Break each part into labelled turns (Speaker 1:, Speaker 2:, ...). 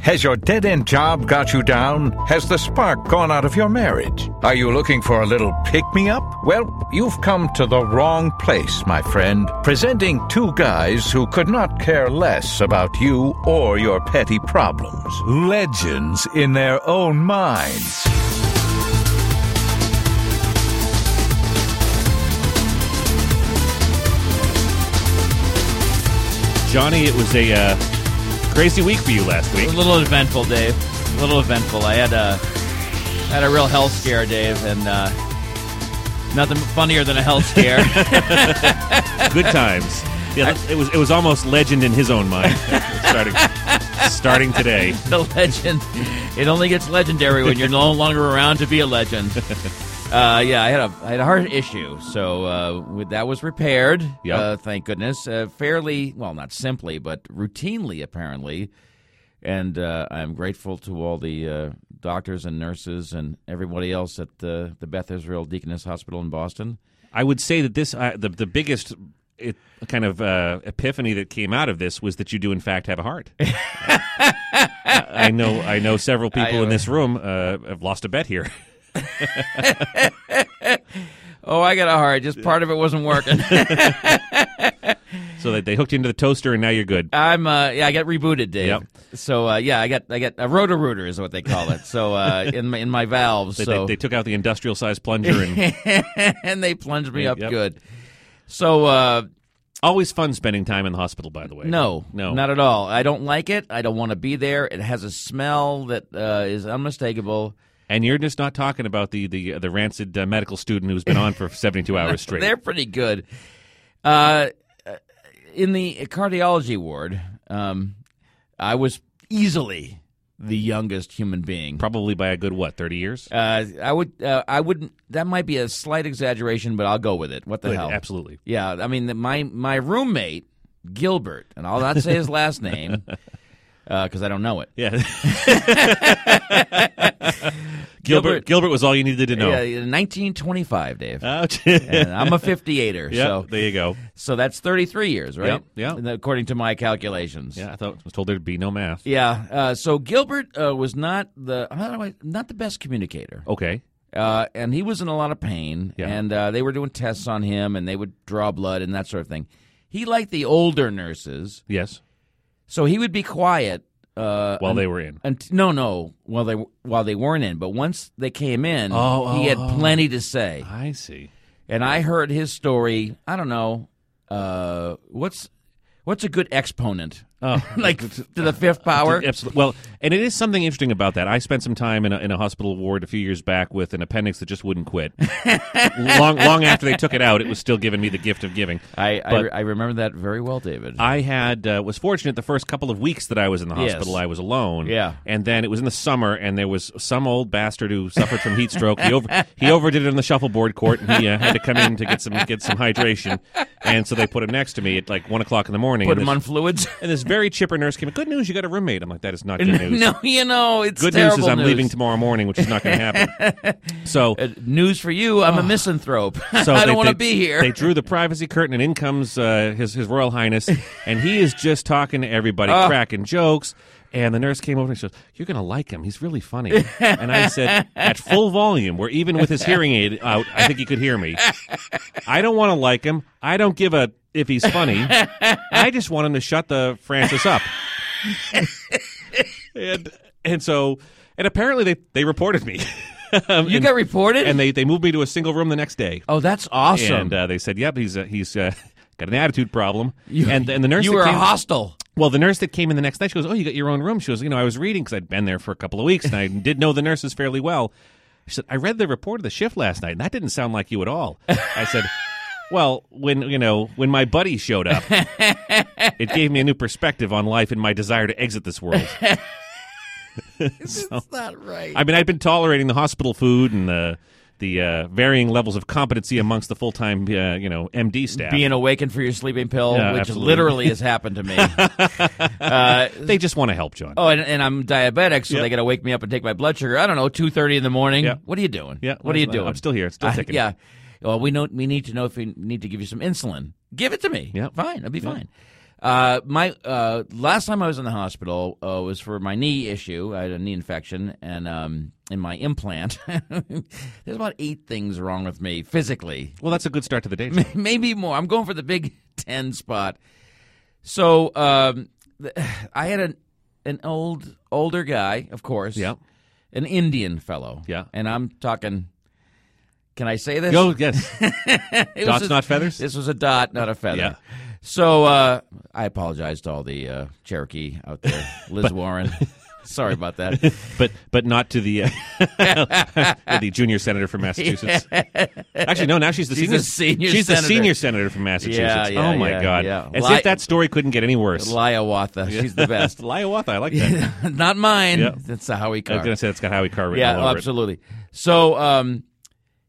Speaker 1: Has your dead end job got you down? Has the spark gone out of your marriage? Are you looking for a little pick me up? Well, you've come to the wrong place, my friend. Presenting two guys who could not care less about you or your petty problems. Legends in their own minds.
Speaker 2: Johnny, it was a uh, crazy week for you last week.
Speaker 3: A little eventful, Dave. A little eventful. I had a had a real health scare, Dave, and uh, nothing funnier than a health scare.
Speaker 2: Good times. Yeah, let's- it was it was almost legend in his own mind. starting starting today.
Speaker 3: the legend. It only gets legendary when you're no longer around to be a legend. Uh, yeah, I had a I had a heart issue, so uh, with- that was repaired.
Speaker 2: Yep.
Speaker 3: Uh, thank goodness. Uh, fairly well, not simply, but routinely, apparently. And uh, I'm grateful to all the uh, doctors and nurses and everybody else at the the Beth Israel Deaconess Hospital in Boston.
Speaker 2: I would say that this uh, the the biggest it, kind of uh, epiphany that came out of this was that you do in fact have a heart. I, I know I know several people
Speaker 3: I-
Speaker 2: in this room uh, have lost a bet here.
Speaker 3: Oh, I got a heart. Just part of it wasn't working.
Speaker 2: So that they hooked you into the toaster and now you're good.
Speaker 3: I'm uh yeah, I got rebooted, Dave.
Speaker 2: Yep.
Speaker 3: So uh yeah, I got I got a rotor rooter is what they call it. So uh in my in my valves.
Speaker 2: They,
Speaker 3: so
Speaker 2: they, they took out the industrial sized plunger and
Speaker 3: and they plunged me up
Speaker 2: Yep.
Speaker 3: good. So uh
Speaker 2: always fun spending time in the hospital by the way.
Speaker 3: no,
Speaker 2: No.
Speaker 3: not at all. I don't like it. I don't want to be there. It has a smell that uh is unmistakable.
Speaker 2: And you're just not talking about the the the rancid uh, medical student who's been on for 72 hours straight.
Speaker 3: They're pretty good. Uh, in the cardiology ward, um, I was easily the youngest human being.
Speaker 2: Probably by a good what 30 years.
Speaker 3: Uh, I would. Uh, I wouldn't. That might be a slight exaggeration, but I'll go with it. What the
Speaker 2: Good,
Speaker 3: hell?
Speaker 2: absolutely.
Speaker 3: Yeah. I mean, the, my my roommate Gilbert, and I'll not say his last name because I don't know it.
Speaker 2: Yeah. Gilbert Gilbert was all you needed to know.
Speaker 3: Yeah, 1925, Dave.
Speaker 2: Ouch.
Speaker 3: and I'm a 58er,
Speaker 2: Uh, yeah,
Speaker 3: so
Speaker 2: there you go.
Speaker 3: so that's 33 years, right?
Speaker 2: Yep, yep.
Speaker 3: According to my calculations.
Speaker 2: Yeah, I thought I was told there'd be no math.
Speaker 3: Yeah. Uh, so Gilbert uh, was not the how do I- not the best communicator.
Speaker 2: Okay.
Speaker 3: uh, and he was in a lot of pain.
Speaker 2: Yeah.
Speaker 3: And uh, they were doing tests on him, and they would draw blood and that sort of thing. He liked the older nurses,
Speaker 2: Yes.
Speaker 3: so he would be quiet. Uh,
Speaker 2: While they were in.
Speaker 3: unt- no, no, while they while they weren't in, but once they came in,
Speaker 2: Oh, oh,
Speaker 3: he had
Speaker 2: oh.
Speaker 3: plenty to say.
Speaker 2: I see.
Speaker 3: And I heard his story. I don't know uh, what's what's a good exponent,
Speaker 2: Oh.
Speaker 3: like to the fifth power.
Speaker 2: Absolutely. Well, and it is something interesting about that. I spent some time in a, in a hospital ward a few years back with an appendix that just wouldn't quit. long long after they took it out, it was still giving me the gift of giving.
Speaker 3: I I,
Speaker 2: But-
Speaker 3: re- I remember that very well, David.
Speaker 2: I had uh, was fortunate the first couple of weeks that I was in the
Speaker 3: Yes.
Speaker 2: hospital I was alone.
Speaker 3: Yeah.
Speaker 2: and then it was in the summer, and there was some old bastard who suffered from heat stroke. He over he overdid it on the shuffleboard court, and he uh, had to come in to get some get some hydration, and so they put him next to me at like one o'clock in the morning.
Speaker 3: Put
Speaker 2: and
Speaker 3: him
Speaker 2: this,
Speaker 3: on fluids.
Speaker 2: And this very chipper nurse came. in, Good news, you got a roommate. I'm like, that is not good news.
Speaker 3: no, you know it's
Speaker 2: Good news
Speaker 3: terrible
Speaker 2: is I'm leaving tomorrow morning, which is not going to happen. So
Speaker 3: Uh, news for you, I'm a misanthrope.
Speaker 2: So
Speaker 3: I
Speaker 2: they-
Speaker 3: don't want to
Speaker 2: they-
Speaker 3: be here.
Speaker 2: They drew the privacy curtain, and in comes uh, his his royal highness, and he is just talking to everybody, cracking jokes. And the nurse came over and she goes, "You're going to like him. He's really funny." and I said, at full volume, where even with his hearing aid out, I think he could hear me. I don't want to like him. I don't give a if he's funny. I just want him to shut the Francis up. and and so and apparently they they reported me. Um,
Speaker 3: you
Speaker 2: and-
Speaker 3: got reported?
Speaker 2: and they they moved me to a single room the next day.
Speaker 3: oh, that's awesome.
Speaker 2: And uh, they said, "Yep, he's uh, he's uh, got an attitude problem." and and the nurse
Speaker 3: you
Speaker 2: that
Speaker 3: were
Speaker 2: came,
Speaker 3: hostile.
Speaker 2: well, the nurse that came in the next night, she goes, "Oh, you got your own room." She goes, "You know, I was reading because I'd been there for a couple of weeks and I did know the nurses fairly well." She said, "I read the report of the shift last night, and that didn't sound like you at all." I said. Well, when you know when my buddy showed up, it gave me a new perspective on life and my desire to exit this world.
Speaker 3: That's not right.
Speaker 2: I mean, I'd been tolerating the hospital food and the the uh, varying levels of competency amongst the full time uh, you know MD staff.
Speaker 3: Being awakened for your sleeping pill,
Speaker 2: Yeah,
Speaker 3: which
Speaker 2: absolutely.
Speaker 3: literally has happened to me. uh,
Speaker 2: They just want to help, John.
Speaker 3: oh, and, and I'm diabetic, so
Speaker 2: Yep.
Speaker 3: they got to wake me up and take my blood sugar. I don't know, two thirty in the morning.
Speaker 2: Yep.
Speaker 3: What are you doing?
Speaker 2: Yeah,
Speaker 3: What are you
Speaker 2: I'm
Speaker 3: doing?
Speaker 2: still here. Still
Speaker 3: I-
Speaker 2: taking it.
Speaker 3: Yeah. Well, we know we need to know if we need to give you some insulin. Give it to me.
Speaker 2: Yep.
Speaker 3: Fine. I'll be fine. Uh, my uh, last time I was in the hospital uh, was for my knee issue. I had a knee infection and um, in my implant. There's about eight things wrong with me physically,
Speaker 2: Well, that's a good start to the day. John.
Speaker 3: maybe more. I'm going for the big ten spot. So um, th- I had an an old older guy, of course.
Speaker 2: Yep.
Speaker 3: An Indian fellow.
Speaker 2: Yeah.
Speaker 3: And I'm talking. Can I say this?
Speaker 2: Go yes.
Speaker 3: It was
Speaker 2: Dots,
Speaker 3: a-
Speaker 2: not feathers.
Speaker 3: This was a dot, not a feather.
Speaker 2: Yeah.
Speaker 3: So uh, I apologize to all the uh, Cherokee out there, Liz Warren. Sorry about that.
Speaker 2: but but not to the uh, the junior senator from Massachusetts. Actually, no. Now she's the
Speaker 3: She's
Speaker 2: senior.
Speaker 3: a senior
Speaker 2: she's the
Speaker 3: senator.
Speaker 2: senior senator from Massachusetts.
Speaker 3: Yeah, yeah,
Speaker 2: oh my
Speaker 3: yeah,
Speaker 2: God!
Speaker 3: yeah.
Speaker 2: As
Speaker 3: Li-
Speaker 2: if that story couldn't get any worse.
Speaker 3: Liawatha, she's the best.
Speaker 2: Liawatha, I like that.
Speaker 3: Not mine.
Speaker 2: Yep.
Speaker 3: That's a Howie
Speaker 2: I
Speaker 3: car.
Speaker 2: was gonna say it's got Howie Carr written
Speaker 3: yeah,
Speaker 2: all over
Speaker 3: absolutely. So um,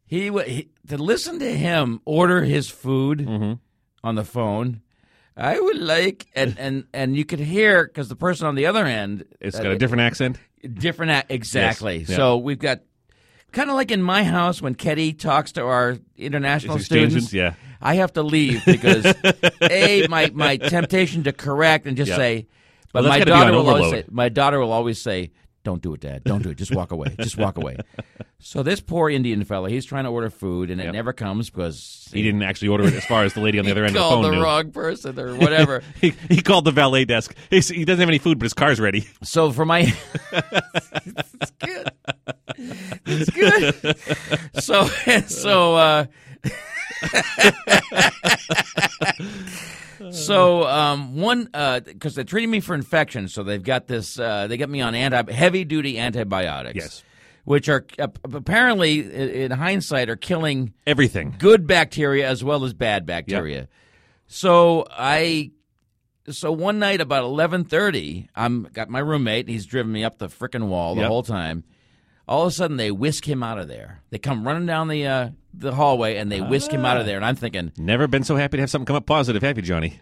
Speaker 3: he, wa- he to listen to him order his food
Speaker 2: Mm-hmm.
Speaker 3: on the phone. I would like and and and you could hear because the person on the other end
Speaker 2: it. It's got a different accent.
Speaker 3: Different, a- exactly.
Speaker 2: Yes, yeah.
Speaker 3: So we've got kind of like in my house when Ketty talks to our international
Speaker 2: It's exchanges,
Speaker 3: students.
Speaker 2: yeah.
Speaker 3: I have to leave because a my my temptation to correct and just
Speaker 2: Yeah.
Speaker 3: say, but
Speaker 2: Well, that's gotta
Speaker 3: my
Speaker 2: be
Speaker 3: daughter
Speaker 2: on
Speaker 3: will always say,
Speaker 2: overload.
Speaker 3: my daughter will always say, "Don't do it, Dad. Don't do it. Just walk away. Just walk away." So this poor Indian fella, he's trying to order food and it never comes because
Speaker 2: He didn't actually order it as far as the lady on the other end of the phone
Speaker 3: called the
Speaker 2: knew.
Speaker 3: wrong person or whatever.
Speaker 2: He, he called the valet desk. He's, he doesn't have any food, but his car's ready.
Speaker 3: So for my, it's good. It's good. So so uh, so um, one because they're treating me for infection, so they've got this. Uh, they got me on anti heavy duty antibiotics.
Speaker 2: Yes.
Speaker 3: Which are uh, apparently, i- in hindsight, are killing
Speaker 2: Everything.
Speaker 3: good bacteria as well as bad bacteria. So I so one night about 11:30, I'm got my roommate and he's driven me up the frickin' wall the
Speaker 2: Yep.
Speaker 3: whole time. All of a sudden they whisk him out of there. They come running down the uh, the hallway and they whisk him out of there and I'm thinking,
Speaker 2: Never been so happy to have something come up positive, have you, Johnny?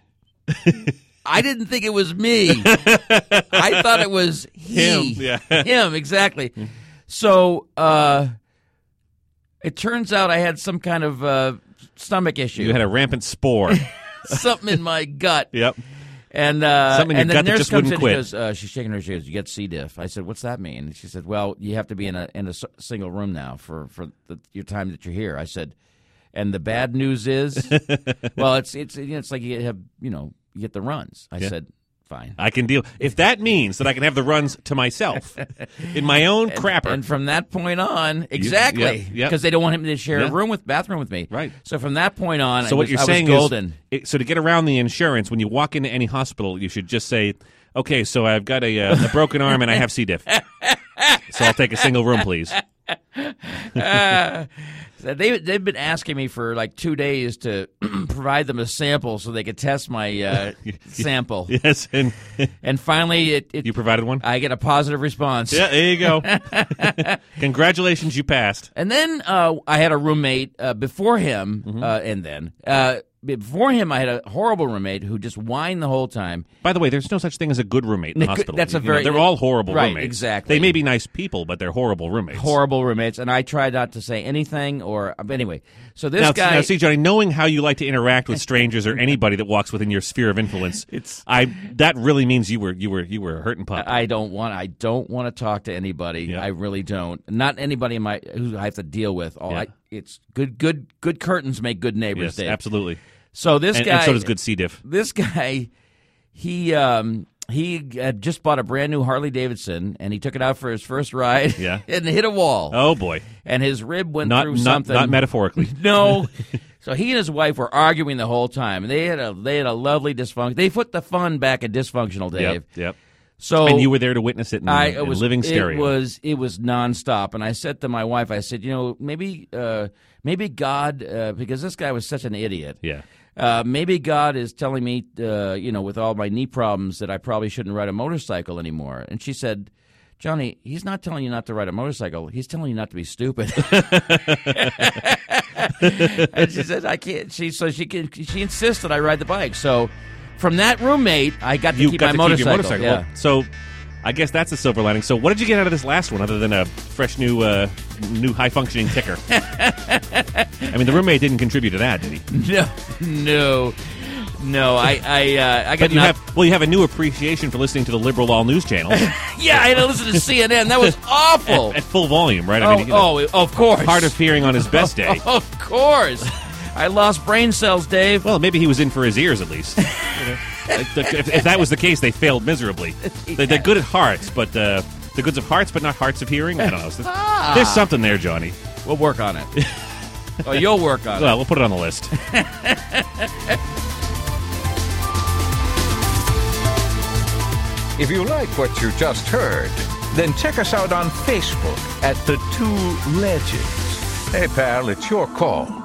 Speaker 3: I didn't think it was me. I thought it was he.
Speaker 2: Him, yeah.
Speaker 3: Him, exactly. So uh it turns out I had some kind of uh, stomach issue.
Speaker 2: You had a rampant spore.
Speaker 3: something in my gut.
Speaker 2: yep.
Speaker 3: And uh,
Speaker 2: Something in your
Speaker 3: and the
Speaker 2: gut that
Speaker 3: nurse
Speaker 2: just
Speaker 3: comes
Speaker 2: wouldn't
Speaker 3: in
Speaker 2: quit.
Speaker 3: and goes, uh, she's shaking her. She goes, "You get C diff." I said, "What's that mean?" And she said, "Well, you have to be in a in a s- single room now for for the, your time that you're here." I said, "And the bad news is, well, it's it's you know, it's like you have you know you get the runs." I said, "Fine."
Speaker 2: I can deal. If that means that I can have the runs to myself in my own crapper.
Speaker 3: And from that point on, exactly, because
Speaker 2: yep.
Speaker 3: they don't want him to share
Speaker 2: Yeah.
Speaker 3: a room with bathroom with me.
Speaker 2: Right.
Speaker 3: So from that point on,
Speaker 2: so
Speaker 3: I
Speaker 2: what
Speaker 3: was,
Speaker 2: you're
Speaker 3: I was
Speaker 2: saying
Speaker 3: golden.
Speaker 2: is, it- so to get around the insurance, when you walk into any hospital, you should just say, "Okay, so I've got a, uh, a broken arm and I have C diff, so I'll take a single room, please."
Speaker 3: Uh, They they've been asking me for like two days to provide them a sample so they could test my uh, sample,
Speaker 2: Yes, and
Speaker 3: and finally it, it
Speaker 2: you provided one.
Speaker 3: I get a positive response.
Speaker 2: Yeah, there you go. Congratulations, you passed.
Speaker 3: And then uh, I had a roommate uh, before him,
Speaker 2: Mm-hmm.
Speaker 3: uh, and then uh, before him I had a horrible roommate who just whined the whole time.
Speaker 2: By the way, there's no such thing as a good roommate in the
Speaker 3: Nick,
Speaker 2: hospital.
Speaker 3: that's a
Speaker 2: You know,
Speaker 3: very-
Speaker 2: they're all horrible
Speaker 3: right,
Speaker 2: roommates.
Speaker 3: exactly.
Speaker 2: They may be nice people, but they're horrible roommates.
Speaker 3: Horrible roommates, and I tried not to say anything or but anyway. So this
Speaker 2: Now,
Speaker 3: guy,
Speaker 2: now, see, Johnny, knowing how you like to interact with strangers or anybody that walks within your sphere of influence, it's I that really means you were you were you were hurting pop.
Speaker 3: I don't want. I don't want to talk to anybody. I really don't. Not anybody in my who I have to deal with. All I, it's good. Good. Good curtains make good neighbors.
Speaker 2: yes,
Speaker 3: Dave.
Speaker 2: absolutely.
Speaker 3: So this
Speaker 2: And,
Speaker 3: guy.
Speaker 2: and so does good C diff.
Speaker 3: This guy, he um he had just bought a brand new Harley Davidson and he took it out for his first ride.
Speaker 2: Yeah.
Speaker 3: and hit a wall.
Speaker 2: Oh boy,
Speaker 3: And his rib went
Speaker 2: not
Speaker 3: through
Speaker 2: not
Speaker 3: something.
Speaker 2: not metaphorically.
Speaker 3: No. so he and his wife were arguing the whole time. and They had a they had a lovely dysfunction. They put the fun back in dysfunctional Dave.
Speaker 2: Yep, yep.
Speaker 3: So
Speaker 2: and you were there to witness it in,
Speaker 3: Oh. I
Speaker 2: in
Speaker 3: it was
Speaker 2: living stereo.
Speaker 3: It was it was nonstop, and I said to my wife, I said, you know, maybe uh, maybe God, uh, because this guy was such an idiot.
Speaker 2: Yeah.
Speaker 3: Uh, maybe God is telling me, uh, you know, with all my knee problems, that I probably shouldn't ride a motorcycle anymore. And she said. Johnny, he's not telling you not to ride a motorcycle. He's telling you not to be stupid. and she said, "I can't." She so she can, she insisted I ride the bike. So from that roommate, I got to
Speaker 2: you
Speaker 3: keep
Speaker 2: got
Speaker 3: my
Speaker 2: to keep
Speaker 3: motorcycle.
Speaker 2: your motorcycle.
Speaker 3: Yeah.
Speaker 2: Well, so I guess that's the silver lining. So what did you get out of this last one other than a fresh new uh, new high functioning ticker? I mean, the roommate didn't contribute to that, did he?
Speaker 3: No, no. No, I I uh, I got
Speaker 2: But you
Speaker 3: not-
Speaker 2: have well, you have a new appreciation for listening to the liberal all news channel at,
Speaker 3: yeah. I had to listen to CNN. That was awful.
Speaker 2: at full volume, right?
Speaker 3: oh,
Speaker 2: you know,
Speaker 3: oh, of course.
Speaker 2: hard of hearing on his best day.
Speaker 3: of course. I lost brain cells, Dave.
Speaker 2: Well, maybe he was in for his ears at least. You know, like, the- if, if that was the case, they failed miserably. They, they're good at hearts, but uh, they're good at hearts, but not hearts of hearing. I don't know. There's, there's something there, Johnny.
Speaker 3: We'll work on it. oh, you'll work on it.
Speaker 2: Well, we'll put it on the list.
Speaker 1: If you like what you just heard, then check us out on Facebook at The Two Legends. Hey, pal, it's your call.